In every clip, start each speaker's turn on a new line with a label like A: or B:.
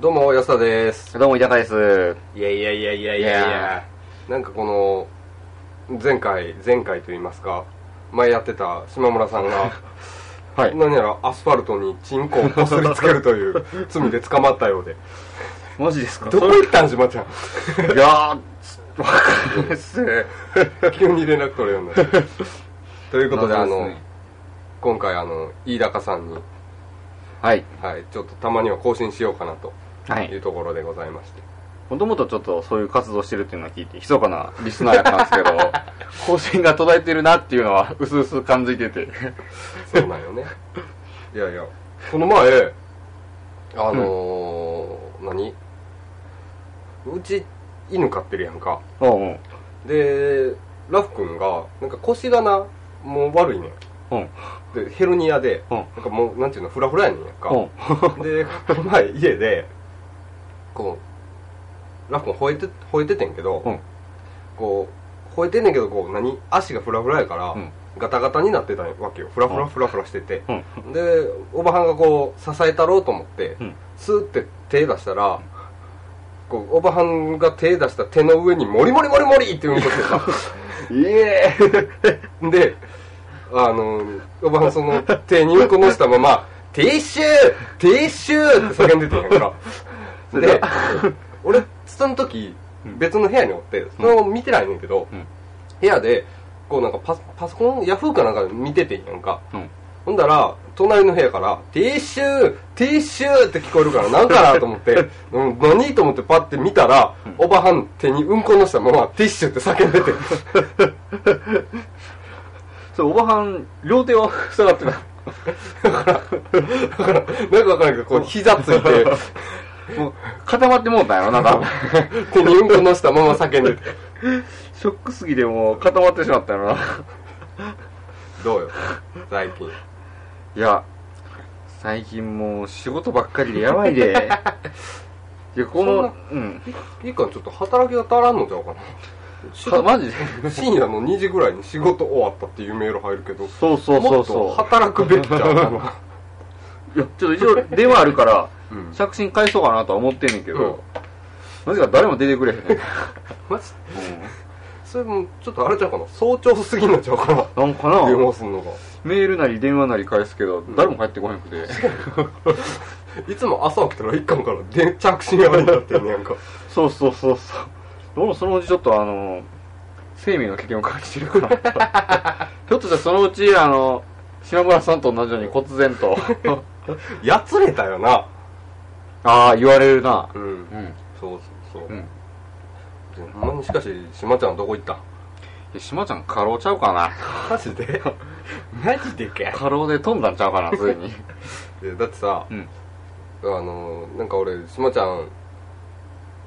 A: どうも安田です
B: どうも、板谷です。
C: いやいやいやいやいやい
B: いや
C: や
A: なんかこの前回前回と言いますか前やってた島村さん が
B: はい。
A: 何やらアスファルトにチンコをこすりつけるという 罪で捕まったようで
B: マジですか
A: どこ行ったん島 ちゃん
B: いやー、わかんないっすね。
A: 急に連絡取れ るんだということであ
C: 謎です
A: の
C: ね
A: 今回あの飯高さんに、
B: はい。
A: はい、ちょっとたまには更新しようかなと
B: はいい。
A: うところでございまして
B: もともとちょっとそういう活動してるっていうのは聞いて、密かなリスナーやったんです けど、更新が途絶えてるなっていうのは、うすうす感づいてて。
A: そうなん よねいやいやこの前あのー何うち犬飼ってるやんか
B: おうん。
A: でラフ君がなんか腰がなもう悪いね
B: うん。
A: んでヘルニアで、
B: うん
A: なんかもうなんていうのフラフラやねんやんか、
B: うん。
A: でこの前家でこうラフ君吠えて吠えててんけど、
B: うん
A: こう吠えてんねんけどこう何足がフラフラやから、
B: うん
A: ガタガタになってたわけよフラフラフラフラしてて、
B: うん。
A: でおばはんがこう支えたろうと思って、
B: うん
A: スーって手出したらこうおばはんが手出した手の上に「モリモリモリモリ!」ってうんこして
B: イエーイ
A: たであのおばはんその手にうんこのしたまま「ティッシューティッシュー!」って叫んでてんやん かで俺その時別の部屋におってそれを見てないねんけど、
B: うん
A: 部屋でこうなんかパソパソコンヤフーかなんかで見ててんやんか、
B: うん。
A: ほんだら、隣の部屋から、ティッシューティッシューって聞こえるから、なんかなと思って、 うん、何と思ってパッて見たら、おばはん手にうんこのしたまま、ティッシュって叫んでて、
B: そう、おばはん、両手を塞がってた。
A: だから、なんかわからんけど、こう、膝ついて、
B: もう、固まってもうたんやろな、 多分。
A: 手にうんこのしたまま叫んでて。
B: ショックすぎてもう固まってしまったんやろな。
A: どうよ、最近。
B: いや、最近もう仕事ばっかりでやばい で。いや、この、うん。
A: いいか、ちょっと働きが足らんのちゃうかな。仕
B: か
A: 事
B: マジで
A: 深夜の2時ぐらいに仕事終わったっていうメール入るけど、
B: そうそうそ
A: も
B: う
A: っ
B: そ
A: と働くべきちゃうかな。
B: う。いや、ちょっと一応電話あるから、
A: うん
B: 着信返そうかなとは思ってんねんけど、なぜか誰も出て くれへんねん。
A: マジそれもちょっとあれちゃうかな早朝過ぎになっちゃうかな
B: なんかな
A: 電話すんのが
B: メールなり電話なり返すけど、誰も返ってこへんくて。
A: いつも朝起きたら一巻からで着信やばいになってんねやんか
B: そうそうそうそう。どうもそのうちちょっとあの、生命の危険を感じてるから。 ひょっとしたらそのうち、あの、島村さんと同 じように忽然と。
A: やつれたよな
B: ああ、言われるな。
A: うん
B: うん。
A: そうそう
B: う
A: そ
B: ん。
A: うほ、んまにしかし島ちゃんどこ行った
B: え、島ちゃん過労ちゃうかな
A: マジでマジでか
B: 過労で飛んだんちゃうか な、ついに。
A: だってさ、
B: うん
A: あのなんか俺島ちゃん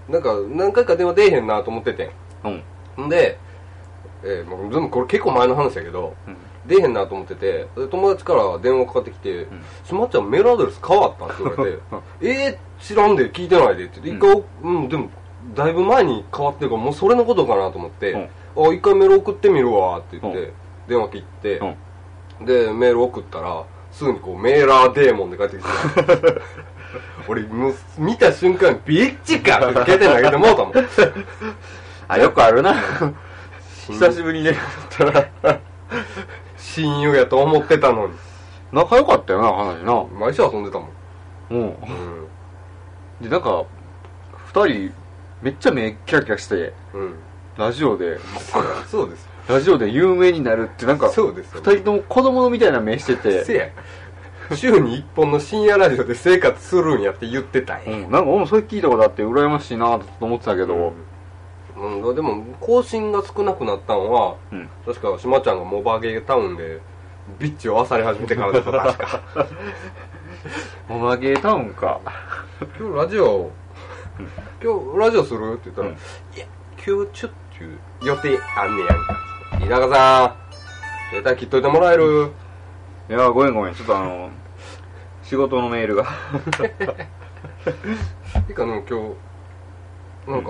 A: なんか何回か電話出えへんなと思っててん
B: うん。
A: んで、えーもうでもこれ結構前の話やけど、
B: うん
A: 出えへんなと思っててで友達から電話かかってきて「しまっちゃんメールアドレス変わった?」って言わ れて「えー、知らんで聞いてないで」って言って一回、うんでもだいぶ前に変わってるからもうそれのことかなと思って
B: うん
A: 「あ一回メール送ってみるわ」って言って、
B: う
A: 電話切って、
B: うん
A: でメール送ったらすぐにこうメーラーデーモンで帰ってきて 俺もう見た瞬間ビッチかって携帯投げても うたもん
B: あ、よくあるな。 久しぶりにね。
A: 親友やと思ってたのに
B: 仲良かったよな、話な。
A: 毎週遊んでたもん、
B: うん。
A: うん
B: で、なんか、二人、めっちゃ目キラキラして、
A: うん、
B: ラジオで、
A: そうです
B: ラジオで有名になるって、なんか、
A: そうですよ
B: 二人とも子供みたいな目して
A: せ
B: て、
A: や週に1本の深夜ラジオで生活するんやって言ってたん
B: う
A: や、
B: ん、なんか、うん、それ聞いたことあって、羨ましいなと思ってたけど、
A: うんでも更新が少なくなったんは
B: うん。
A: 確か島ちゃんがモバゲータウンでビッチを漁り始めてからだった確 か
B: おまげタウンか。
A: 今日ラジオ今日ラジオするって言ったら「
B: うん
A: いや今日ちょっと予定あんねやんか」稲川さん携帯切っといてもらえる
B: いや、ごめんごめん、ちょっとあの、仕事のメールが。
A: てかの今日なんか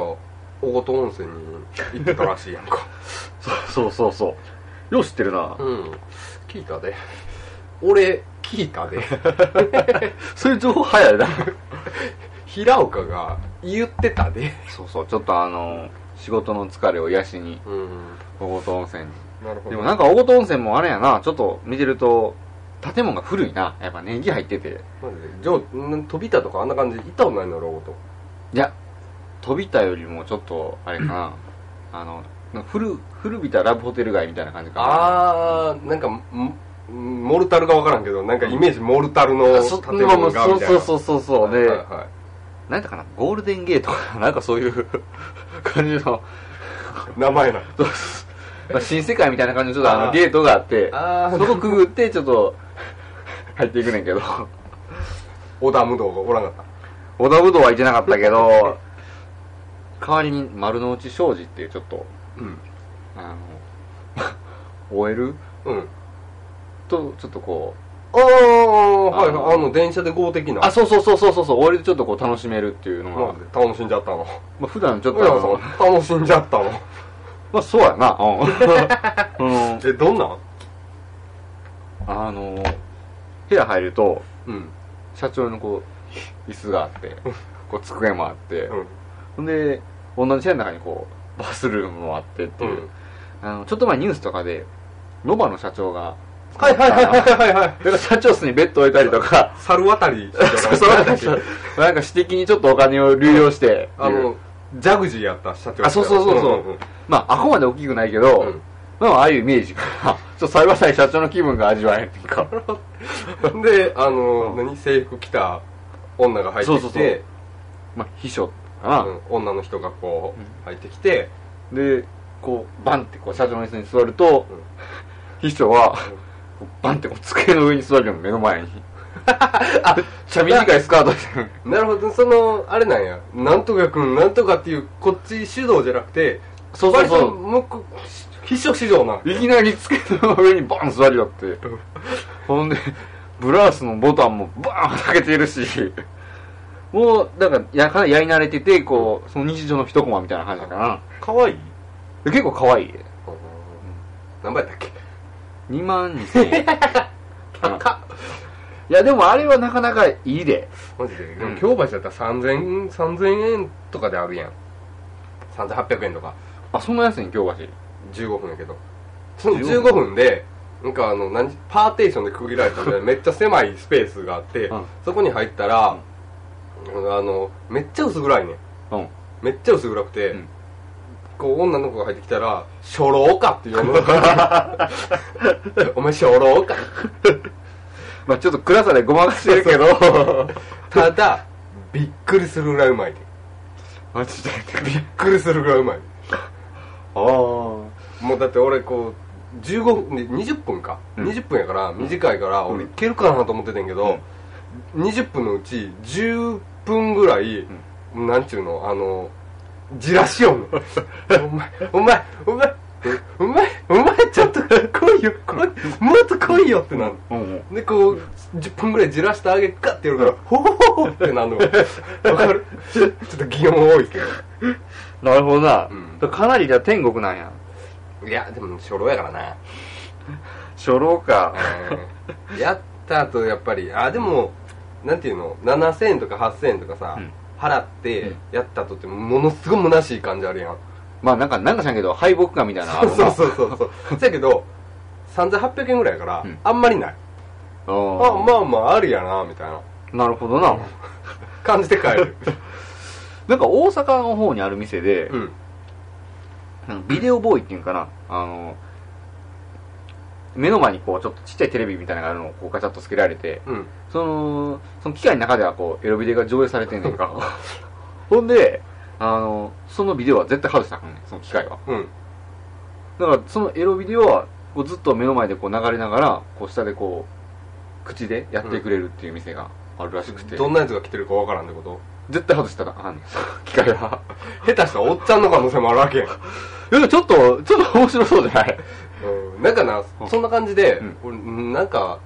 A: 小琴温泉に行ってたらしいやんか
B: そうそうそう。よう知ってるな。
A: うん聞いたで俺聞いたで
B: そういう情報早いな。
A: 平岡が言ってたで。
B: そうそう、ちょっとあの、仕事の疲れを癒しに、
A: うん。
B: 小ごと温泉に。
A: なるほど。
B: でもなんか小ごと温泉もあれやな、ちょっと見てると、建物が古いな。やっぱ年季入ってて。
A: マジで、ジョー、ん飛びたとかあんな感じで行ったことないの、ロゴと。
B: いや、飛びたよりもちょっと、あれかな、あの、古、古びたラブホテル街みたいな感じかな。
A: あー、なんか、んモルタルがわからんけど、なんかイメージモルタルの
B: そ
A: 建物がみたい
B: そう
A: な。
B: そうそうそうそうで、
A: はいは
B: なんだかなゴールデンゲートかななんかそういう 感じの
A: い。名前なの。
B: そうそうまあ新世界みたいな感じのちょっとあ
A: あ
B: の
A: ー
B: ゲートがあって
A: あ
B: そこくぐってちょっと入っていくねんけど
A: 織田無道がおらんかっ
B: 織田武道はいてなかったけど代わりに丸の内商事っていうちょっと
A: た。うん。
B: あの OL
A: うん。
B: とちょっとこう
A: あー、はいは
B: あの
A: い。あの、電車で豪的な。
B: あそうそうそうそうそうそう OL でちょっとこう楽しめるっていうの
A: な
B: が、
A: んで楽しんじゃったの。
B: まあ、普段ちょっと
A: 浦
B: あ
A: 野
B: の
A: さん、楽しんじゃったの。
B: まあそうやなうん、うん
A: え、どんなん
B: あの部屋入ると
A: うん。
B: 社長のこう椅子があってこう机もあって
A: うん。
B: ほんで同じ部屋の中にこうバスルームもあってって
A: う
B: いう、
A: ん。
B: あのちょっと前ニュースとかでノバの社長が
A: はいはいはい
B: だ
A: はいはい。
B: から社長室にベッド置いたり とか
A: 猿渡り。
B: そうそう なんかなんか私的にちょっとお金を流用してって
A: あ
B: いう
A: の、ジャグジーやった社長。
B: あそうそうそうそうまあアホまで大きくないけど、
A: うん
B: まあああいうイメージからちょっと幸い社長の気分が味わえるっていう か
A: うん。で、あの、何制服着た女が入って
B: そう
A: き
B: そうそう
A: て、
B: まあ秘書かな、
A: うん女の人がこう、入ってきて、
B: でこうバンってこう社長の椅子に座ると、
A: うん
B: 秘書は、こうバンってこう机の上に座るよ目の前 にめっちゃ短いスカートしてる
A: なるほど、その、あれなんや、なんとかくん、なんとかっていう、こっち主導じゃなくて、
B: そうそうそう
A: 割ともうこ秘書指導なん
B: いきなり机の上にバン座りよってほんでブラウスのボタンもバーン開けてるしもうだからやかなりやり慣れててこうその日常の一コマみたいな感じだから
A: かわいい
B: で結構可愛い
A: 何倍やったっけ
B: 2万2000円
A: 高っ
B: いやでもあれはなかなかいいで
A: マジで、で
B: うん
A: も京橋だったら3000、3000円とかであるやん。3800円とか、
B: あそんな安いん京橋
A: 15分やけど。その
B: 15
A: 15分で、なんかあの、何時パーテーションで区切られたん で、めっちゃ狭いスペースがあって
B: うん、
A: そこに入ったら、あの、めっちゃ薄暗いねん。
B: うん
A: めっちゃ薄暗くて、
B: うん
A: こう女の子が入ってきたら「初老か」って言うの お前初老か
B: まあちょっと暗さでごまかしてるけど、
A: ただびっくりするぐらいうまいで
B: マジで。
A: びっくりするぐらいうまい
B: ああ。
A: もうだって俺こう15分で20分か、
B: うん
A: 20分やから短いから俺いけるかなと思ってたんやけど、20分のうち10分ぐらい、なんちゅうのあのじらし よんのお前お前お前お前お前ちょっと来いよ来いもっと来いよってなる
B: うん。
A: でこう10分ぐらいじらしてあげっかって言うから「ほほほほ」ってなるのわかるちょっと擬音多いけど
B: なるほどな。
A: うん
B: だからかなりじゃあ天国なんや。
A: いやでも初老やからな
B: 初老か。
A: うんやった後やっぱりあでもなんていうの7000円とか8000円とかさ、
B: うん
A: 払ってやった後ってものすごい虚しい感じあるやん、
B: まあなんか、なんかしゃんけど、敗北感みたいなのあるな。
A: そうそうそうそうそやけど3800円ぐらいやから、
B: うん
A: あんまりないあ
B: あ
A: まあまああるやなみたいな
B: あ、なるほどな。
A: 感じで帰る
B: なんか大阪の方にある店で、
A: うん
B: なんかビデオボーイっていうんかな。あの、目の前にこう、ちょっとちっちゃいテレビみたいなのがあるのをこうガチャッとつけられて、
A: うん
B: その、その機械の中ではこう、エロビデが上映されてんねんか。 ほんで、あの、そのビデオは絶対外したらあかんねん、その機械は。
A: うん
B: だからそのエロビデオはこうずっと目の前でこう流れながらこう下でこう口でやってくれるっていう店があるらしくて、
A: どんなやつが来てるかわからんってこと
B: 絶対外したらあかんねん機械は
A: 下手したらおっちゃんの可能性もあるわけやん、
B: でもちょっとちょっと面白そうじゃない
A: うん、なんかなそんな感じで、
B: うん
A: 俺なんか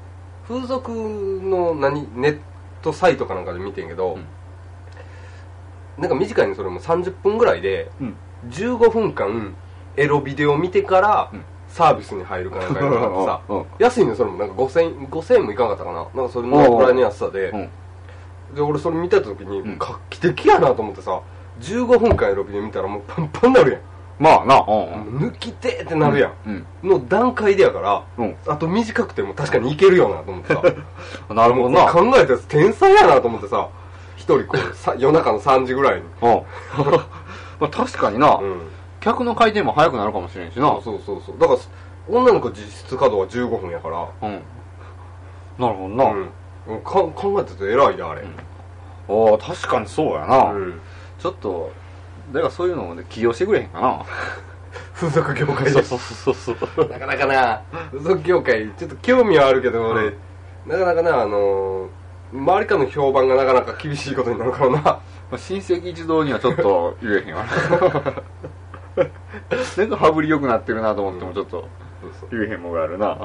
A: 風俗の何ネットサイトかなんかで見てんけど、
B: うん
A: なんか短いのそれも30分ぐらいで
B: うん
A: 15分間エロビデオ見てから
B: うん
A: サービスに入るかなんかやからさ
B: うん
A: 安いのそれもなんか5000円5000円もいかなかったかななんかそれのぐらいの安さで、
B: うん
A: で俺それ見てた時に、
B: うん
A: 画期的やなと思ってさ15分間のロビで見たらもうパンパンになる
B: まあな、
A: や
B: う
A: ん、も
B: ん。
A: う抜きてーってなるやん、
B: うん。
A: の段階でやから
B: うん。
A: あと短くても確かにいけるよなと思 ってさ
B: なるほどな。
A: 考えたやつ天才やなと思ってさ一人こ うさ夜中の3時ぐらいに
B: うん。 まあ確かにな、
A: うん
B: 客の回転も速くなるかもしれんしな。
A: そうそうそうだから女の子実質稼働は15分やから
B: うん。なるほどな。
A: うん、か考えてて偉いなあれ
B: んああ、確かにそうやな。
A: うん
B: ちょっと、だからそういうのをね起用してくれへんかな。
A: 風俗業界
B: そ
A: で
B: うそうそうそう。
A: なかなかな風俗業界ちょっと興味はあるけど俺、
B: うん
A: なかなかなあのー周りからの評判がなかなか厳しいことになるからな
B: まあ親戚一同にはちょっと言えへんわな。 なんか羽振り良くなってるなと思ってもちょっと
A: そうそ
B: 言えへんもんがあるな。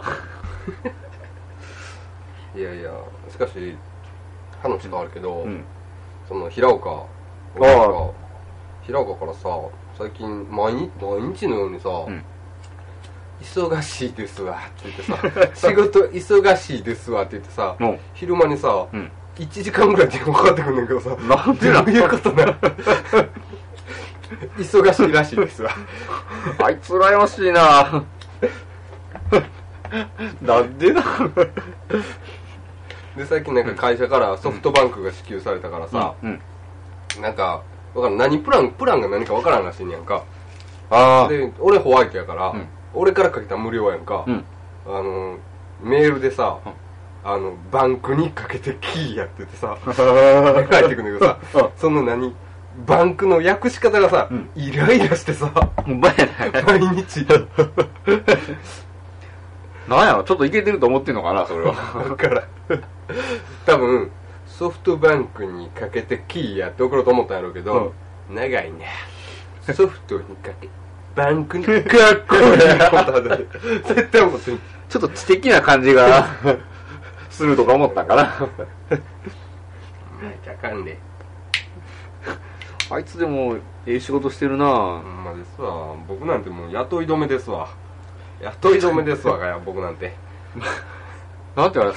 A: ういやいやしかし話変わるけど、
B: うん。
A: その平岡
B: ああ
A: 平岡からさ最近毎日毎日のようにさ、
B: ん
A: 忙しいですわって言ってさ 仕事忙しいですわって言ってさ
B: も
A: 昼間にさ、
B: う。うん。
A: 1時間ぐらい電話かかってくんねんけどさ
B: なんでなん
A: どういう ことな忙しいらしいですわ
B: あいつ羨まし いななんでな
A: で最近なんか会社からソフトバンクが支給されたからさ、
B: うん。
A: なんかわからん何プランプランが何かわからんらしいんやんか
B: ああ。
A: で俺ホワイトやから、
B: うん
A: 俺からかけたら無料やんか、
B: うん。
A: あのメールでさ、あのバンクにかけてキーやっててさ帰ってくんだけどさ
B: うん
A: その何バンクの訳し方がさ、
B: うん
A: イライラしてさ
B: ほんまやね。
A: 毎日
B: なんやろ、ちょっといけてると思ってんのかな、それは。
A: だから多分ソフトバンクにかけてキーやって送ろうと思ったんやろうけど、長いねソフトにかけバン クにかっこいい絶対思ってる
B: ちょっと知的な感じがするとか思ったんかな。
A: じゃあかんで
B: あいつでも、ええ仕事してるな
A: ほんまですわ僕なんてもう雇い止めですわ雇い止めですわが や僕なんて
B: なんて言わ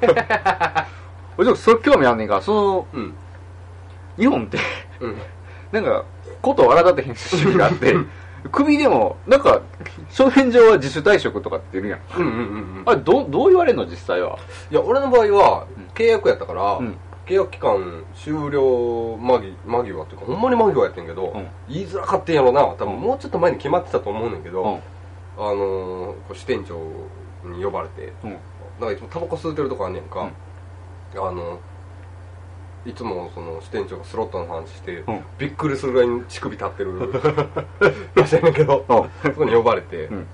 B: れた 俺ちょっとそれ興味あんねんか、その、
A: うん
B: 日本って、
A: うん
B: なんか、ことを荒立てへん趣味があって、 首でも、なんか、書面上は自主退職とかって言うやん。
A: うんうんうんうん
B: あれ、どう、どう言われんの、実際は。
A: いや俺の場合は契約やったから、
B: うん
A: 契約期間終了間際間際っていうかほんまに間際やってんけど、
B: うん
A: 言いづらかったんやろな多
B: う
A: 分
B: ん
A: もうちょっと前に決まってたと思うねんけど、
B: うん。
A: あのー、こう支店長に呼ばれて
B: うん。
A: なんかいつもタバコ吸うてるとこあんねんか、あのいつもその支店長がスロットの話して、
B: うん
A: びっくりするぐらいに乳首立って る らしいねんけど、
B: うん
A: そこに呼ばれて、
B: うん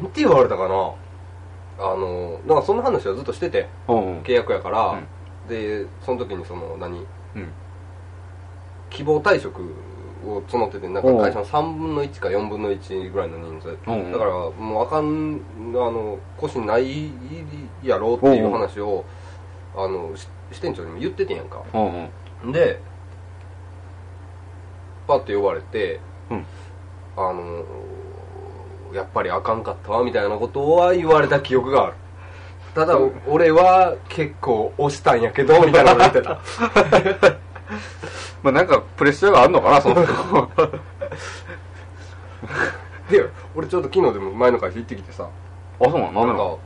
A: なんて言われたかなあのなんかその話はずっとしてて
B: うん。
A: 契約やから、
B: うん
A: でその時にその何
B: うん。
A: 希望退職を募っててなんか会社の3分の1か4分の1ぐらいの人数
B: うんうん
A: だからもうあかんあの腰ないやろっていう話をあのし支店長にも言っててんやんか
B: うん。うん。
A: でパッて呼ばれて、
B: うん
A: あのやっぱりあかんかったわみたいなことは言われた記憶があるただ、俺は結構押したんやけどみたいなこと言って た
B: まあ、なんか、プレッシャーがあるのかな、そ の人。
A: で俺ちょっと昨日でも前の会社行ってきてさ
B: あ、そうな
A: な
B: のなん
A: か
B: んか、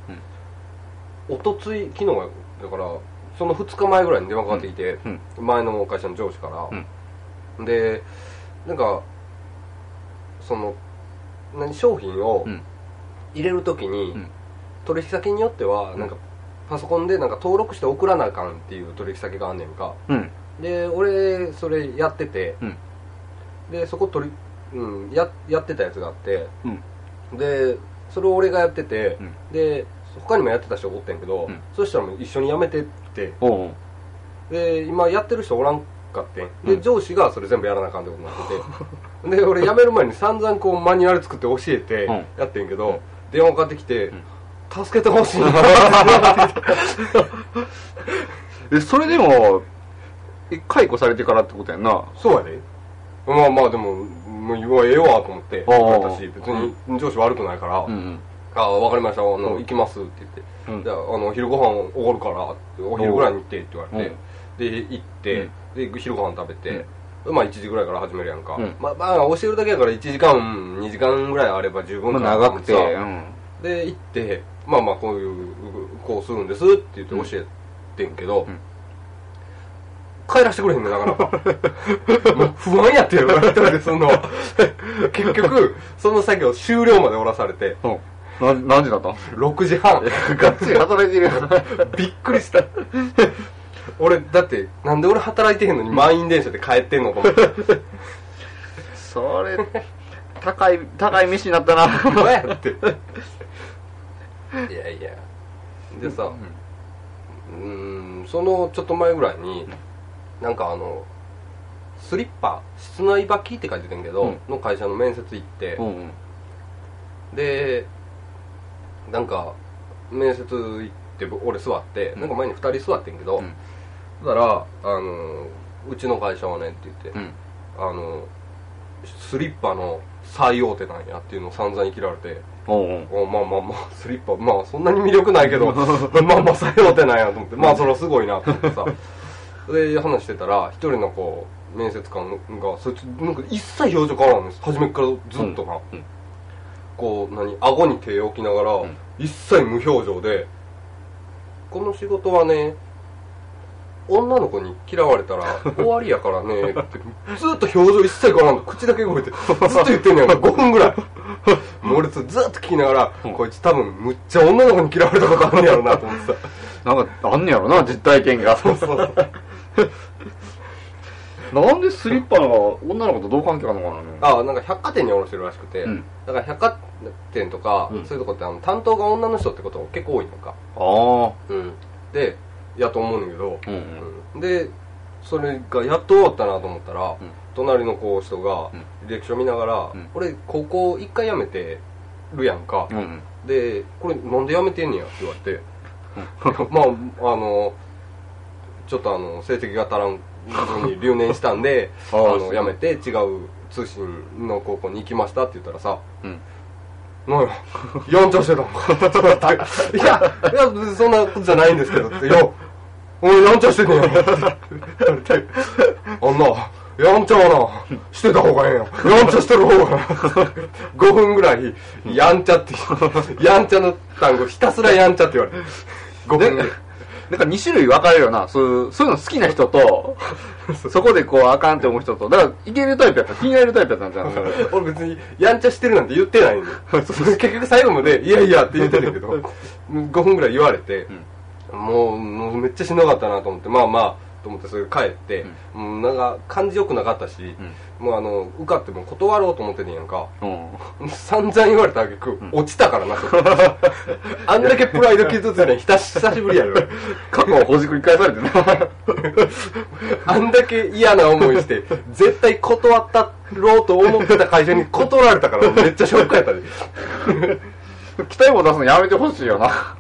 A: おとつい昨日はだからその2日前ぐらいに電話かかってきて、
B: うん
A: 前の会社の上司から、でなんかその何商品を
B: うん
A: 入れるときに、
B: うん
A: 取引先によってはなんかパソコンでなんか登録して送らなあかんっていう取引先があんねんか
B: うん。
A: で俺それやってて、
B: うん
A: でそこ取り、うん、ややってたやつがあって
B: うん。
A: でそれを俺がやってて、
B: うん
A: で他にもやってた人がおってんけど、
B: うん
A: そしたらもう一緒に辞めてって
B: うん。うん。
A: で今やってる人おらんかってんで、
B: うん
A: 上司がそれ全部やらなあかんってことになってて で俺辞める前に散々こうマニュアル作って教えて
B: うん
A: やってんけど、電話かかってきて、
B: ん
A: 助けてほしいな
B: え、それでも、え、解雇されてからってことやんな。
A: そうやでまあまあでももう言わええわと思って
B: おう
A: 私別に上司悪くないから、
B: うん。
A: ああ分かりましたあの、
B: うん
A: 行きますって言って、
B: うん
A: じゃああのお昼ご飯おごるからお昼ぐらいに行ってって言われて、で行って、で昼ご飯食べて、まあ1時ぐらいから始めるやんか、
B: うん
A: まあまあ教えるだけやから1時間2時間ぐらいあれば十分
B: ま
A: か
B: あ、
A: な
B: 長くて、
A: と
B: う
A: 思ってさ
B: ん。
A: で行ってまあまあこういうこうするんですって言って教えてんけど、
B: うん
A: 帰らしてくれへんねなかな かもう不安やってよ一人でその結局その作業終了までおらされて
B: うん。な何時だった の
A: 6時半
B: がっつり働いてるやん。
A: びっくりした 俺だってなんで俺働いてへんのに満員電車で帰ってんのと 思って
B: それ、高い、高い飯になったな。
A: 「どうや?」っていやいやでさうーんそのちょっと前ぐらいになんかあのスリッパ室内履きって書いててんけど、
B: うん
A: の会社の面接行って
B: う、ん。うん。
A: でなんか面接行って俺座って、
B: うん
A: なんか前に2人座ってんけど、
B: うん
A: だからあのうちの会社はねって言って、
B: うん。
A: あのスリッパの最大手なんやっていうのを散々に切られて
B: おうん。
A: おまあまあまあスリッパまあそんなに魅力ない けどまあまあ最大手なんやと思ってまあそれはすごいなと思ってさで話してたら一人のこう面接官がそいつなんか一切表情変わらんです初めっからずっとな、
B: うんうん
A: こう何顎に手を置きながら、
B: ん
A: 一切無表情でこの仕事はね女の子に嫌われた ら終わりやからねってずっと表情一切変わらんと口だけ動いてずっと言ってんねやんか5分ぐらいもう俺ずっと聞きながら、
B: うん
A: こいつ多分むっちゃ女の子に嫌われたことあるんねやろ なと思ってさ
B: なんか、あんねやろな、実体験が。
A: そうそうそう
B: なんでスリッパのが女の子と同関係なのかな
A: あなんか百貨店に卸してるらしくて、
B: うん
A: だから百貨店とか、
B: うん
A: そういうとこってあの担当が女の人ってことが結構多いのか、
B: ああ。
A: うん、でやと思うんだけど、
B: うん
A: うんでそれがやっと終わったなと思ったら、
B: うん
A: 隣のこう人が
B: うん
A: 履歴書見ながら、
B: うん
A: 俺高校一回辞めてるやんか、
B: うん。うん。
A: でこれなんで辞めてんねやって言われてまああのちょっとあの成績が足らんのに留年したんで
B: あ
A: あ
B: ー
A: の辞めて違う通信の高校に行きましたって言ったらさ
B: うん。
A: なんや、やんちゃ してたのか。いや、いや、別にそんなことじゃないんですけどって、いや、お前やんちゃしてんねんよ。って 言われてあんな、やんちゃはな、してた方がええんや。やんちゃしてる方がな。5分ぐらい、やんちゃって、 やんちゃの単語、ひたすらやんちゃって言われて。5分ぐらい。
B: なんか2種類分かれるよな。そういう、そういうの好きな人 と、そこでこう、あかんって思う人と、だから、いけるタイプやった。気に入るタイプやったんじゃん。
A: 俺別にやんちゃしてるなんて言ってない んで結局最後まで「いやいや」って言ってるけど5分ぐらい言われて、もうもうめっちゃしんどかったなと思ってまあまあと思ってそれ帰って、もうなんか感じよくなかったし、もうあの受かっても断ろうと思っててんやんか
B: うん。
A: 散々言われた挙句、落ちたからなそこあんだけプライド傷ついたの久し久しぶりやろ
B: 過去をほじくり返さ れてな。
A: あんだけ嫌な思いして、絶対断ったろうと思ってた会社に断られたから、めっちゃショックやったで。
B: 期待も出すのやめてほしいよな。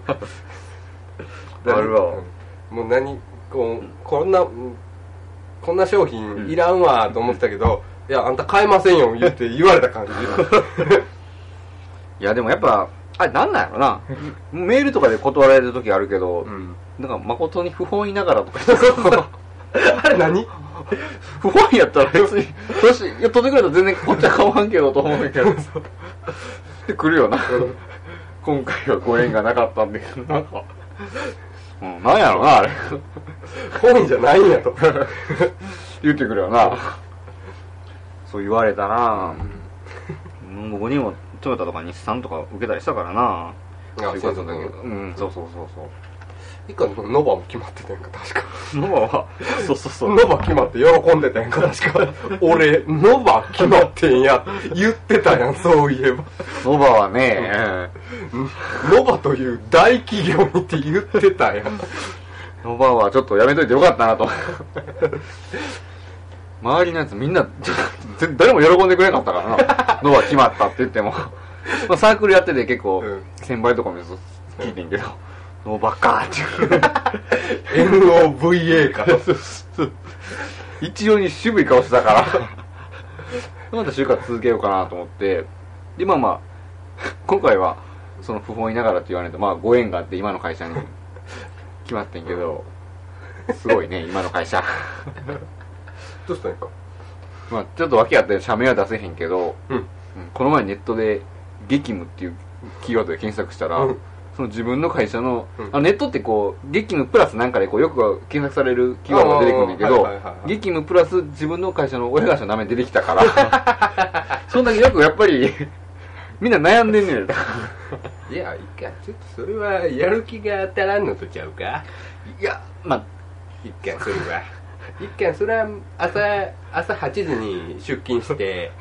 B: なるほ
A: うんもう何、こう、こんな、うんこんな商品いらんわと思ってたけど、いや、あんた買えませんよ、言って言われた感じ。
B: いや、でもやっぱ、あれなんなんやろな。メールとかで断られる時あるけど、
A: ん
B: なんか誠に不本意ながらとか 言ってた
A: あれ何
B: 不本意やったら別に、私、いや、取ってくれたら全然こっちは買わんけどと思うんやけど。で、来るよな。今回はご縁がなかったんだけど、なんか。うん、なんやろな、あれ。
A: 本意じゃないんや と。
B: 言ってくるよな。そう言われたな。うん、僕にもトヨタとか日産とか受けたりしたからな。
A: あ
B: そういうことだけど。うん、そうそうそうそう。
A: 一回のノバも決まってたやんか、確か。
B: ノバは、 そうそうそう。
A: ノバ決まって喜んでたやんか、確か。俺、ノバ決まってんや、言ってたやん、そういえば。
B: ノバはね、
A: ノバという大企業にって言ってたやん。
B: ノバはちょっとやめといてよかったなと。 周りのやつみんな、 ちょっと誰も喜んでくれなかったからな。ノバ決まったって言っ ても。まあ、サークルやってて結構
A: うん、
B: 先輩とかもずっと聞いてんけど、ノバかーって。
A: NOVA か と。
B: 一応に渋い顔してたから、また就活続けようかなと思って、で、まあまあ、今回は、その不本意ながらって言われて、まあご縁があって今の会社に決まってんけど、すごいね、今の会社。
A: どうしたんやか
B: まあちょっと訳あって社名は出せへんけど、
A: うん
B: うんこの前ネットで激務っていうキーワードで検索したら、
A: うん
B: その自分の会社の、
A: うん
B: あネットってこう激務プラスなんかでこうよく検索されるキーワードが出てくるんだけど、
A: あーはいはいはいはい
B: 激務プラス自分の会社の親会社の名前出てきたから そんだけよくやっぱりみんな悩んでんねん
A: いやいいかちょっとそれはやる気が当たらんのとちゃうか
B: いやまあ
A: 一貫それは一貫それは朝朝8時に出勤 して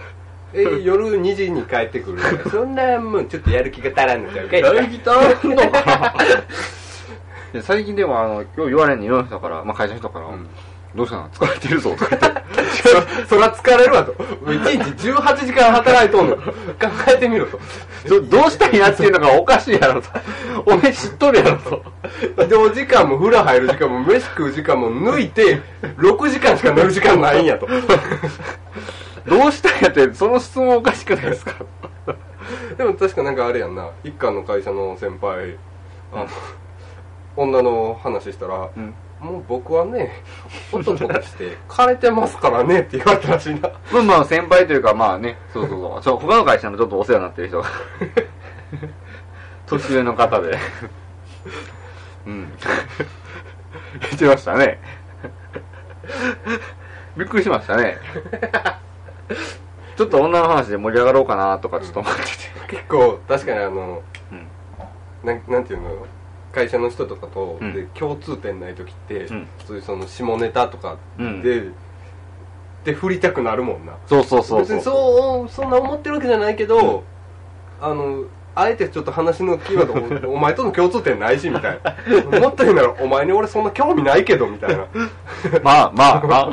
A: え夜2時に帰ってくるからそんなもんちょっとやる気が足らんのちゃうか
B: やる気足らんのかな最 近でもあの今日言われんのいろんな人から、まあ、会社の人から、
A: ん
B: どうしたの疲れてるぞとか言って
A: そそら疲れるわと1日18時間働いとんの考えてみろと
B: どどうしたいなっていうのがおかしいやろと。お前知っとるやろと。
A: 移動時間も風呂入る時間も飯食う時間も抜いて6時間しか寝る時間ないんやと
B: どうしたいやって、その質問おかしくないですか
A: でも確かなんかあれやんな一貫の会社の先輩あの、女の話したら、
B: ん
A: もう僕はね男として枯れてますからねって言われたらしいな
B: まあまあ先輩というかまあね、そうそ うそう。そう他の会社のちょっとお世話になってる人が。年上の方 で。うん。言ってました ね。びっくりしましたね。ちょっと女の話で盛り上がろうかなとかちょっと思ってて。
A: 結構確かにあの、
B: うん
A: なんなんていうの会社の人とかと、
B: うん
A: で共通点ない時って、
B: うん
A: そういうその下ネタとかで、
B: うん
A: で振りたくなるもんな
B: そうそうそう
A: 別にそうそんな思ってるわけじゃないけど、あのあえてちょっと話のキーワードおお 前との共通点ないしみたいなもっと言うならお前に俺そんな興味ないけどみたいな
B: まあまあまあ。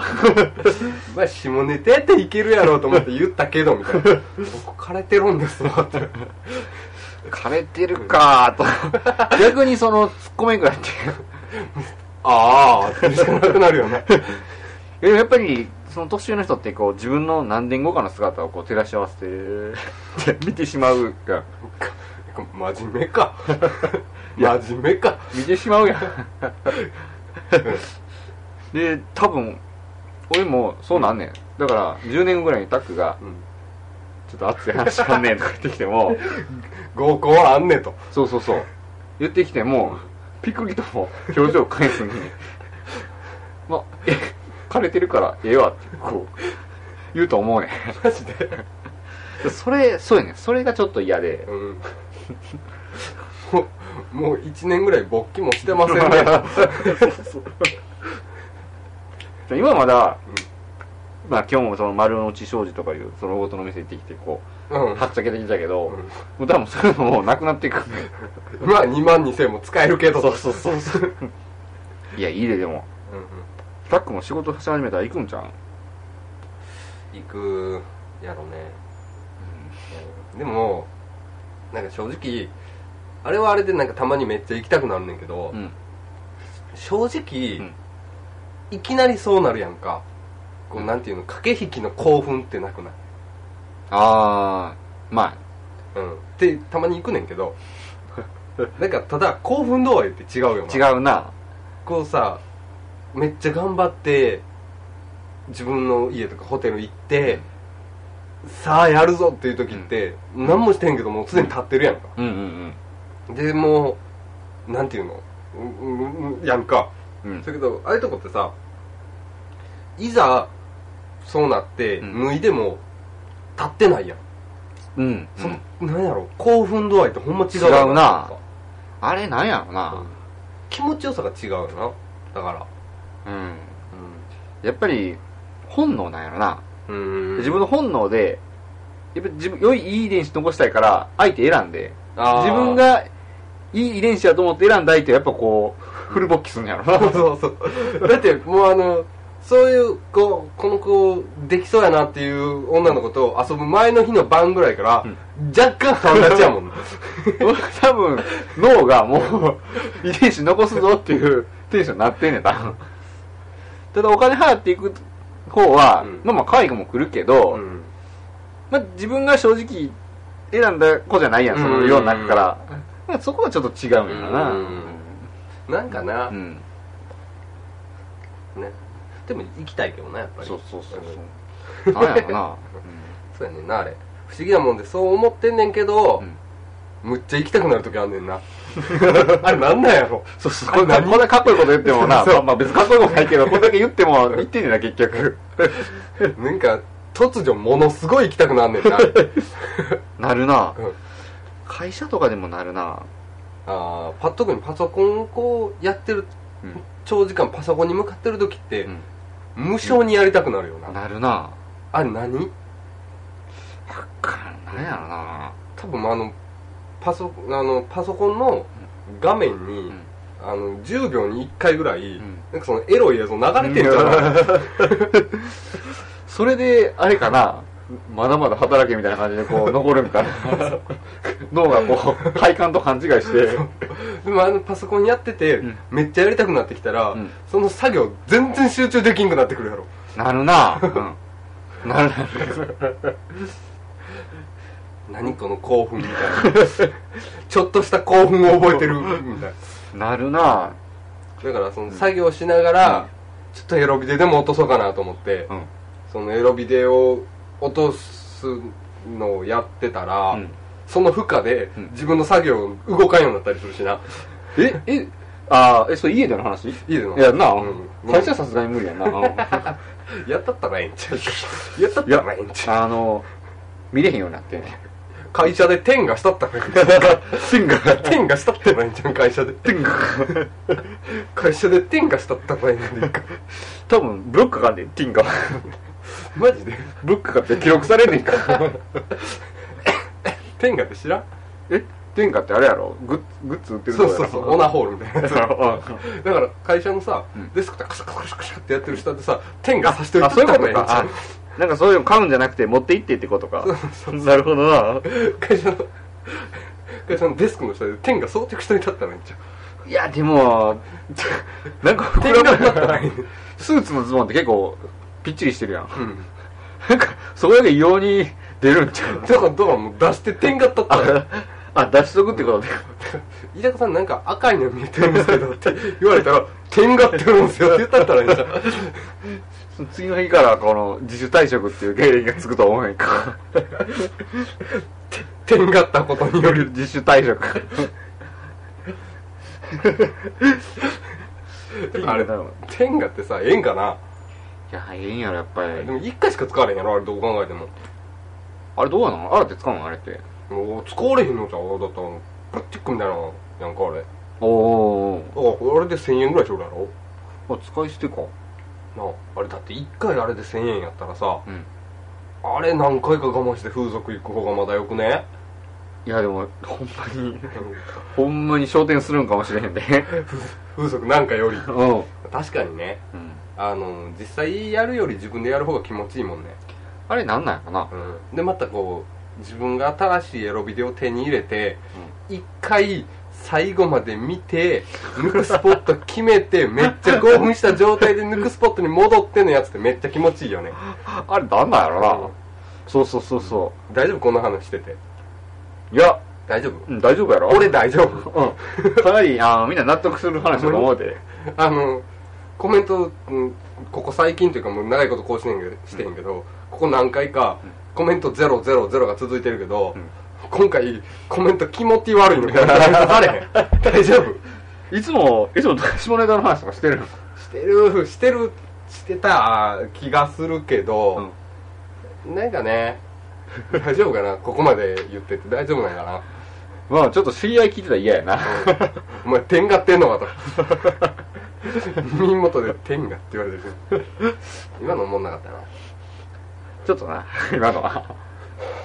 A: まあ下ネタやっていけるやろうと思って言ったけどみ たいな僕枯れてるんですわって
B: 枯れてるかー と逆にそのツッコめぐらいって
A: ああってしかなくなるよね
B: いうやっぱりその年上の人ってこう自分の何年後かの姿をこう照らし合わせて見てしまうが
A: 真面目か真面目か
B: 見てしまうやんで多分俺もそうなんねんだから10年後ぐらいにタックが
A: うん
B: 「ちょっと熱い話あんねん」とか言ってきても
A: 合コンはあんねと
B: そうそうそう言ってきてもピクリとも表情変えずに 「まあえ枯れてるからええわ」ってこう言うと思うねん
A: マジで
B: それそうやねそれがちょっと嫌で
A: うんもうもう1年ぐらい勃起もしてませんね
B: 今まだ、まあ今日もその丸の内商事とかいうその大事の店行ってきてこ
A: うん
B: うはっちゃけてきたけど、
A: うん
B: もう多分そういうのもうなくなっていく
A: まあ2万2000も使えるけど そうそうそうそう、
B: いやいいででも
A: うんうん、
B: タックも仕事し始めたら行くんちゃう
A: 行くやろね、でもなんか正直あれはあれでなんかたまにめっちゃ行きたくなるねんけど、
B: うん
A: 正直、
B: うん
A: いきなりそうなるやんかこうなんていうの駆け引きの興奮ってなくない、
B: ああま
A: うん、ってたまに行くねんけどなんかただ興奮度合いって違うよ
B: あ
A: な
B: 違うな
A: こうさめっちゃ頑張って自分の家とかホテル行って、さあやるぞっていう時って、何もしてへんけどもうすでに立ってるやんか
B: うんうん
A: でもうなんていうのうんうんうんやんか
B: うんうん
A: だけどああいうとこってさいざそうなって
B: うん
A: 脱いでも立ってないやん、
B: うん
A: そのなんやろ興奮度合いってほんま違う
B: 違うなあれなんやろな
A: 気持ちよさが違うよなだから
B: うんやっぱり本能なんやろな
A: うん
B: 自分の本能でやっぱり自分良いいい遺伝子残したいから相手選んで
A: あー
B: 自分がいい遺伝子だと思って選んだ相手はやっぱこうフル勃起するん やろな、
A: そうそう。だって、もうあの、そういう、こう、この子、できそうやなっていう女の子と遊ぶ前の日の晩ぐらいから、若干顔立ちや もんな。
B: 多分脳がもう遺伝子残すぞっていうテンションになってんねん多分ただお金払っていく方は、
A: うん
B: まあまあ可愛い子も来るけど、
A: うん
B: まあ自分が正直選んだ子じゃないやんその世の中から、まあそこはちょっと違うんやろな
A: うんなんかな、
B: うん
A: ねでも行きたいけどなやっぱり
B: そうそうそう
A: うん
B: そうなんやろな、
A: そうやねんなあれ不思議なもんでそう思ってんねんけど、
B: うん
A: むっちゃ行きたくなる時あんねんな あれなんなんやろ
B: そうそうこんなこんなかっこいいこと言ってもな、
A: そう
B: まあ、まあ別にかっこよくもないけどこんだけ言っても言ってんねんな結局
A: なんか突如ものすごい行きたくなんねん なあれ
B: なるな、
A: うん
B: 会社とかでもなるな
A: あーパ特にパソコンをこうやってる
B: うん、
A: 長時間パソコンに向かってる時って、
B: うん
A: 無性にやりたくなるよな、
B: なるな
A: あれ何
B: わかんないやろな
A: 多分あのパソあのパソコンの画面に、
B: ん
A: あの10秒に1回ぐらい、
B: ん
A: なんかそのエロい映像流れてるじゃない、
B: それであれかなまだまだ働けみたいな感じでこ う残るみたいな脳がこう配管と勘違いして
A: でもあのパソコンやってて、
B: うん
A: めっちゃやりたくなってきたら、
B: うん
A: その作業全然集中できんくなってくるやろ
B: なるな、うん、なるなる
A: 何この興奮みた いなちょっとした興奮を覚えてるみたい
B: なるな
A: なだからその作業しながら、ちょっとエロビデでも落とそうかなと思って、
B: うん
A: そのエロビデを落とすのをやってたら、
B: うん
A: その負荷で
B: うん
A: 自分の作業動かんようになったりするしな、
B: ええああえそれ家での話
A: いいの
B: やんな、
A: うん
B: 会社はさすがに無理やんな
A: やったったらええんちゃ うやったったらええんちゃう
B: あの見れへんようにな ってんね
A: 会社で天がしたったらええんちゃう
B: 天が
A: 天がしたったらええんちゃう会社で
B: 天が
A: 会社で天がしたったらええんでいいか
B: 多分ブロックかで天が
A: マジで
B: ブロックかって記録されんねんか
A: 天がって知らん
B: え天下ってあれやろグッグッズ売ってると
A: そ
B: こ
A: う
B: やろ
A: そうそうオナホールみたいなやつだ
B: そう
A: から会社のさ、
B: ん
A: デスクでカシャカシャカシャってやってる下でさ天がさしておい
B: あ、
A: て
B: そういう
A: た
B: こ
A: らええ
B: と
A: んちゃ
B: か
A: う。
B: あなんかそういうの買うんじゃなくて持って行ってってことか。なるほどな。
A: 会社の会社のデスクの下で天が装着していたったらええんちゃう
B: いや、でも、 なんか膨らむなったらスーツのズボンって結構ぴっちりしてるやん。
A: うん
B: なんか、そこだけ異様に出るんちゃう
A: だからだからもう出して天が立ったらええ
B: あ、あ出しとくってことで。
A: 飯高さんなんか赤いの見えてるんですけどって言われたら点がってるんですよって言ったったらいいじゃん
B: その次の日からこの自主退職っていう経緯がつくと思えん か。
A: 点がったことによ
B: よ
A: り
B: り自主退 職。
A: あれ
B: だろ。
A: 点がってさええんかない
B: や、ええんやろ、やっぱ
A: で
B: り。
A: も1回しか使われへんやろあれどう考えても
B: あれどうなのあれって使うのあれって。
A: もう使われへんのじゃんだったらプラスチックみたいなのやんかあれ
B: おお。
A: ああれで1000円ぐらいしょるやろ
B: あ、使い捨てか。
A: なああれだって1回あれで1000円やったらさ
B: うん。
A: あれ何回か我慢して風俗行く方がまだよくね
B: いやでも、ほんまに、ほんまに焦点するんかもしれへんで。
A: 風俗なんかより
B: うん。うん。
A: 確かにねあの実際やるより自分でやる方が気持ちいいもんね
B: あれなんなんやろな。
A: でまたこう自分が新しいエロビデオを手に入れて一回最後まで見て抜くスポット決めて めっちゃ興奮した状態で抜くスポットに戻ってのやつってめっちゃ気持ちいいよね
B: あれなんなんやろな。
A: うん
B: そうそうそうそ
A: 大丈夫こんな話してて
B: う。いや、
A: 大丈夫
B: うん、大丈夫やろ
A: 俺大丈夫
B: うん。かなり、あの、みんな納得する話だと思うで。
A: あのコメント、うんここ最近というかもう長いことこうしてへんけどしてへんけど、ここ何回かコメント000が続いてるけど、今回コメント気持ち悪いのコメントされへん 大丈夫
B: いつも、いつも下ネタの話とかしてる
A: してるしてるしてた気がするけど、なんかね大丈夫かなここまで言ってて大丈夫なんかな
B: まあちょっと知り合い聞いてたら嫌やな。
A: お前点がってんのか と耳元で点がって言われてる今のおもんなかったな
B: ちょっとな、今のは。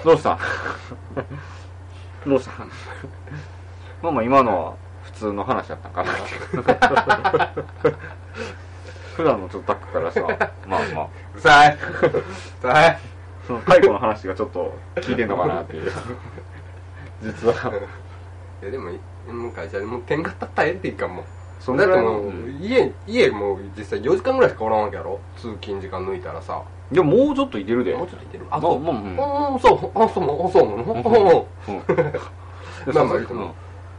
B: どうしたんどうしたんまあまあ今のは普通の話だったんかなっていう。 普段のちょっとタックからさ、まあまあ、
A: うるさ いうるさい
B: その解雇の話がちょっと聞いてんのかな っていう。実は。
A: いやでもいもう会社でもう点が立ったらええっていいかも
B: そん
A: だ
B: ぐ
A: っ
B: ら
A: て
B: いの
A: もう、
B: うん
A: 家家もう実際4時間ぐらいしかおらんわけやろ通勤時間抜いたらさ
B: でももうちょっといけるで。
A: もう
B: う
A: ちょっといてる
B: あ
A: あそう
B: もうもう
A: ああそうあそうもあそうも
B: ん
A: あそう
B: うん。
A: まあまあ言うても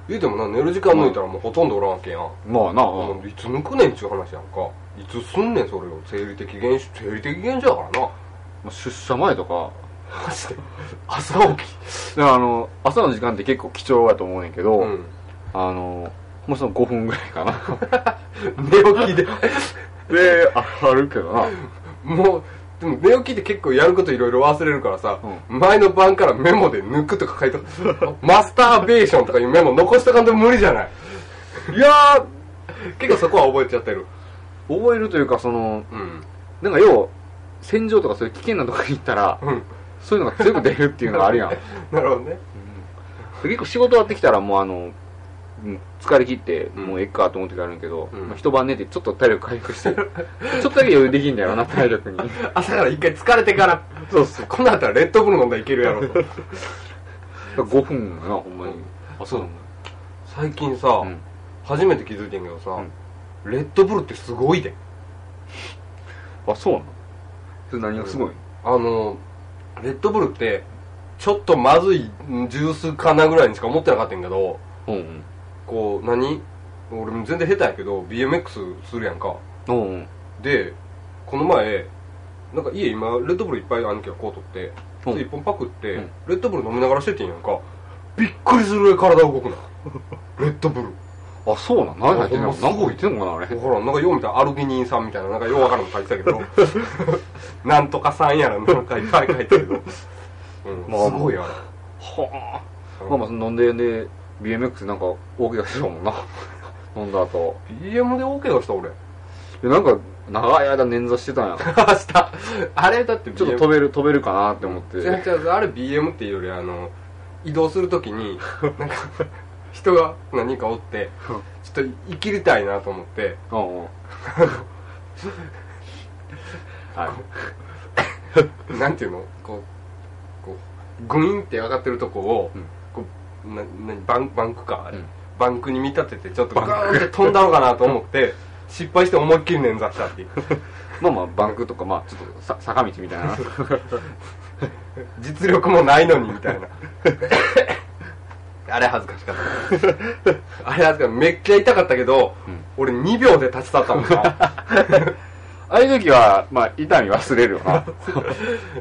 A: 言うてもな寝る時間抜いたらもうほとんどおらんわけやん、
B: うんまあな、
A: もういつ抜くねんっちゅう話やんかいつすんねんそれを生理的現象生理的現象やからな
B: まあ出社前とか
A: マ ジで
B: 朝起きだからあの朝の時間って結構貴重やと思うねんけど、
A: うん
B: あのほんまその5分ぐらい かな
A: 寝起きで
B: であるけどな
A: もうでも寝起きって結構やることいろいろ忘れるからさ、
B: う
A: 前の晩からメモで抜くとか書いてあるマスターベーションとかいうメモ残しとかんと無理じゃない
B: いや
A: 結構そこは覚えちゃってる
B: ー覚えるというかその
A: うん
B: なんか要は戦場とかそういう危険なとこに行ったら
A: うん
B: そういうのが全部出るっていうのがあるやんで
A: なるほどね
B: 結構仕事終わってきたらもうあのうん疲れ切って
A: うん
B: もうえっかと思う時あるんやけど、
A: うん
B: まあ一晩寝てちょっと体力回復 してちょっとだけ余裕できんだよな体力 に
A: 朝から一回疲れてから
B: そうっす
A: こんなんやったらレッドブル飲んだらいけるや ろと
B: 5分やなほんまに、
A: うん
B: あそうなんだ
A: 最近さ、
B: うん
A: 初めて気づいてんけどさ、
B: うん
A: レッドブルってすごいで
B: あそうなのそれ何がすごい、
A: あのレッドブルってちょっとまずいジュースかなぐらいにしか思ってなかったんやけど
B: うんうん
A: こう何俺も全然下手やけど BMX するやんか
B: うんうん
A: でこの前なんか家今レッドブルいっぱい兄貴がこう取って
B: うん
A: それ一本パクって、
B: うん
A: レッドブル飲みながらしててんやんかびっくりするぐらい体動 くなレッドブル
B: あそうなん何入ってんの
A: あほんま
B: 何
A: す
B: 個
A: ご
B: 入ってんのかなあれ
A: ほらなんかよう見たらアルギニン酸みたいななんかようわからんの書いてたけ どなんとか酸やらなんかいっぱい書いてたけ ど、うん
B: まあ
A: すごいあれ
B: はあまあまあ飲んでで BMX なんか大怪我してたもんな飲んだ後
A: BM で大怪我した俺
B: いやなんか長い間捻挫してたんや
A: したあれだって
B: ちょっと飛べる飛べるかなって思 って、
A: 違う違うあれ BM っていうよりあの移動するとき になんか人が何人かおってちょっと生きりたいなと思って
B: うん うんはい
A: なんていうのこうこうグインって上がってるとこを、
B: うん
A: こうな何バンバンクかあれ、
B: うん
A: バンクに見立ててちょっと
B: バ
A: ガー
B: ンク
A: ンって飛んだのかなと思って失敗して思いっきり捻挫したっていう
B: まあまあバンクとかまあちょっとさ坂道 みたいな
A: 実力もないのにみたいな あれ恥ずかしかったあれ恥ずかしかっためっちゃ痛かったけど、
B: うん
A: 俺2秒で立ち去ったもん な
B: ああいう時はまあ痛み忘れるよ な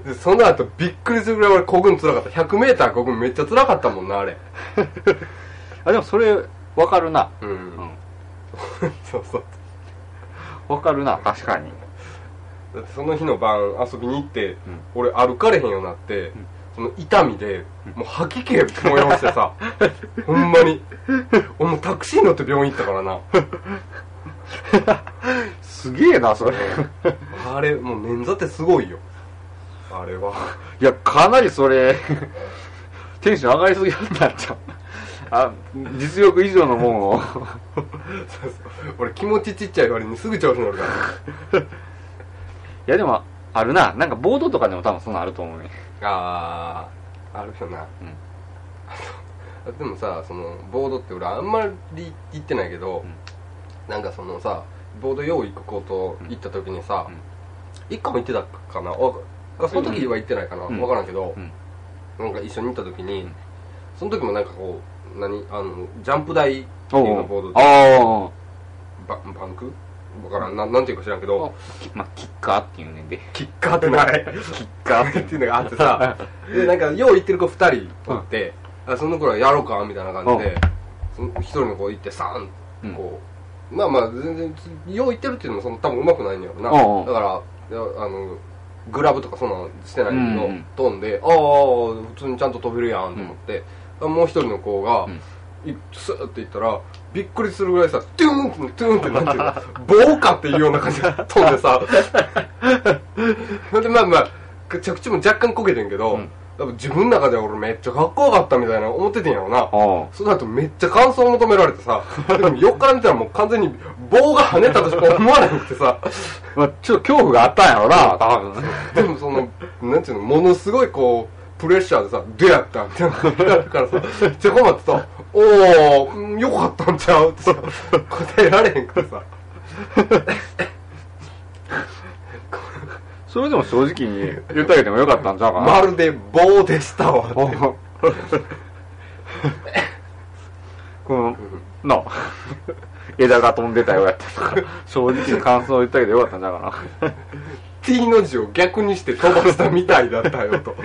A: でその後びっくりするぐらい俺こぐんつらかった 100m こぐんめっちゃつらかったもんなあれ
B: あでもそれわかるな
A: う
B: うんん
A: そうそう
B: わかるな確かに
A: だってその日の晩遊びに行って、
B: ん
A: 俺歩かれへんようになって、
B: ん
A: その痛みで、もう吐き気催して さほんまに俺もうタクシー乗って病院行ったからな
B: すげえ なそれ
A: あれもう捻挫ってすごいよあれはい
B: や、かなりそれ、テンション上がりすぎだったんちゃうあ、実力以上のもんを。
A: そうそう 俺気持ちちっちゃい割にすぐ調子乗 るから
B: いや、でも、あるな。なんか、ボードとかでも多分そんなんあると思うね。
A: あああるよな、
B: うん
A: あとでもさそのボードって俺あんまり行ってないけど、なんかそのさボード用意行こうと行った時にさ、一個も行ってたかなわかその時は行ってないかな、わ
B: うん
A: 分からんけど、
B: うん
A: なんか一緒に行った時に、その時もなんかこう何あのジャンプ台っていうのボード
B: あ
A: で
B: あ
A: ババンクわからんななんていうか知らんけど、
B: あ。きまあ、キッカーっていうねんで。
A: キッカーってない
B: キッカー っ
A: ってていうのがあってさでなんかよう行ってる子2人おって、あその頃はやろうかみたいな感じでその一人の子行ってサーンこう、まあまあ全然よう行ってるっていうのもその多分うまくないんやろな、
B: うんうん
A: だからいやあのグラブとかそんなのしてないんだけど、
B: うんうん
A: 飛んでああ普通にちゃんと飛べるやんと思って、もう一人の子が、いスーって行ったらびっくりするぐらいさトゥーンってトゥーンってなってる棒かっていうような感じで飛んでさほんでまあまあ着地も若干こけてんけど、
B: うん
A: 多分自分の中で俺めっちゃかっこよかったみたいな思っててんやろな
B: ああ。
A: その後めっちゃ感想求められてさでも横から見たらもう完全に棒が跳ねたとしか思わなくてさ
B: まあ、ちょっと恐怖が あったんやろな、多分。
A: でもそのなんていうのものすごいこうプレッシャーでさ「どうやった?」みたいな感じになるからさめっちゃ困ってさ「おおーよかったんちゃう?」ってさ答えられへんからさ
B: それでも正直に言ってあげてもよかったんちゃうかな。
A: まるで棒でしたわって
B: あこの、なあ。枝が飛んでたよやったとか、正直に感想を言ったけどよかったんじゃない かな。
A: T の字を逆にして飛ばしたみたいだったよと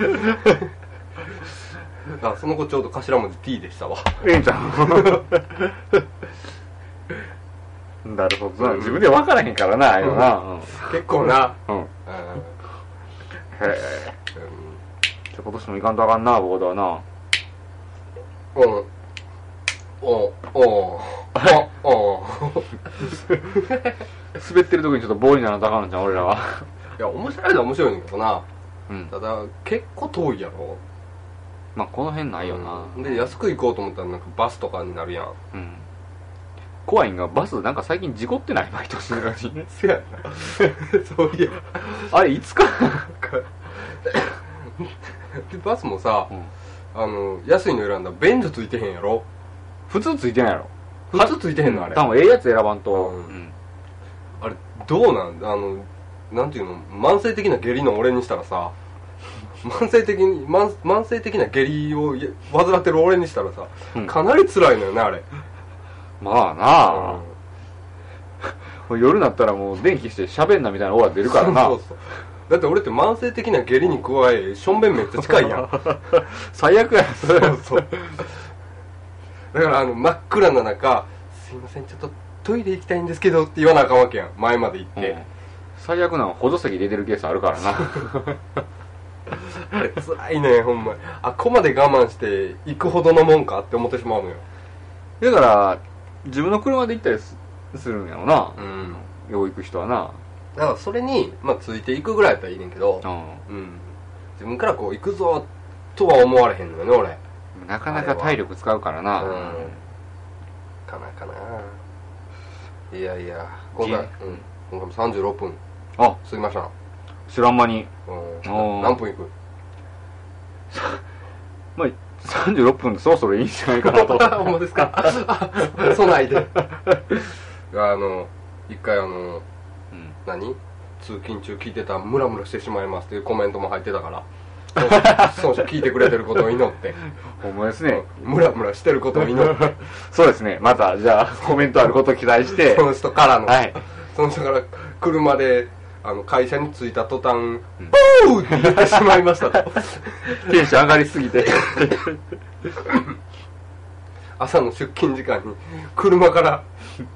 A: あその子ちょうど頭文字 T でしたわ
B: ええじゃん。 なるほどな。自分で分からへんからな、ああいうのな。
A: 結構な
B: うん。うん
A: うん
B: へえ。じゃあ今年もいかんとあかんな、ボードはな。
A: うんうんおおおお
B: 滑ってる時にちょっと棒にならなとあかんじゃん、俺 らは。
A: いや面白いのは面白いんだけどな
B: うん。
A: ただ結構遠いやろ
B: まあ、この辺ないよな。
A: うんで安く行こうと思ったらなんかバスとかになるやん
B: うん。怖いんが、バスなんか最近事故ってない毎年のように。
A: せやな そういや
B: あれ、いつか。
A: でバスもさ
B: うん
A: あの安いの選んだら便所ついてへんやろ
B: 普通ついてないやろ。
A: 普通ついてへんのあれ
B: 多分ええやつ選ばんと。
A: うんあれどうなんあのなんていうの慢性的な下痢の俺にしたらさ慢性的に慢慢性的な下痢をや患ってる俺にしたらさ、
B: うん
A: かなり辛いのよねあれ
B: まあなあ、もう夜になったらもう電気して喋んなみたいなオーラ出るからな
A: そうそうそうだって俺って慢性的な下痢に加えしょんべんめっちゃ近いやん
B: 最悪やそれ
A: そうそうだからあの真っ暗な中「すいませんちょっとトイレ行きたいんですけど」って言わなあかんわけやん前まで行っ
B: うん
A: て、
B: 最悪なのは補助席入れてるケースあるからな
A: あれ辛いねほんまにあここまで我慢して行くほどのもんかって思ってしまうのよ
B: だから自分の車で行ったりすするんやろな、
A: ん
B: よう行く人はな、
A: だからそれに、まあ、ついていくぐらいやったらいいねんけど、う
B: う
A: ん、自分からこう行くぞとは思われへんのよね俺
B: ん、なかなか体力使うからな、
A: うんかなかないやいや今回、うん、今回も36分
B: あ
A: 過ぎましたな、
B: 知らん間に、
A: う
B: お
A: ん、
B: ー
A: 何分いく
B: まあ、36分でそろそろいいんじゃないかなと
A: ほんまですかそないであの一回あの
B: うん
A: 何通勤中聞いてたムラムラしてしまいますっていうコメントも入ってたから そうそう聞いてくれてることを祈って
B: ほんまですね、
A: ムラムラしてることを祈って
B: そうですねまたじゃあコメントあることを期待して
A: その人からの、
B: はい
A: その人から車であの会社に着いた途端「ブー!」って言ってしまいました と
B: テンション上がりすぎて
A: 朝の出勤時間に車から「ブ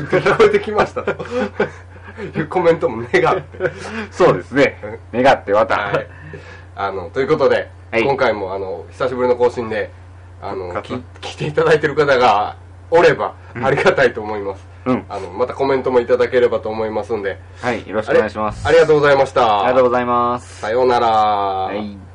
A: ー!」って聞こえてきましたというコメントも願って
B: そうですね。願ってまた。
A: はい、あのということで、
B: はい
A: 今回もあの久しぶりの更新であの
B: 復活
A: 聞聞いていただいてる方がおればありがたいと思います、
B: うん
A: あのまたコメントもいただければと思いますんで
B: はい、よろしくお願いします。
A: ありがとうございました
B: ありがとうございます。
A: さようなら、
B: はい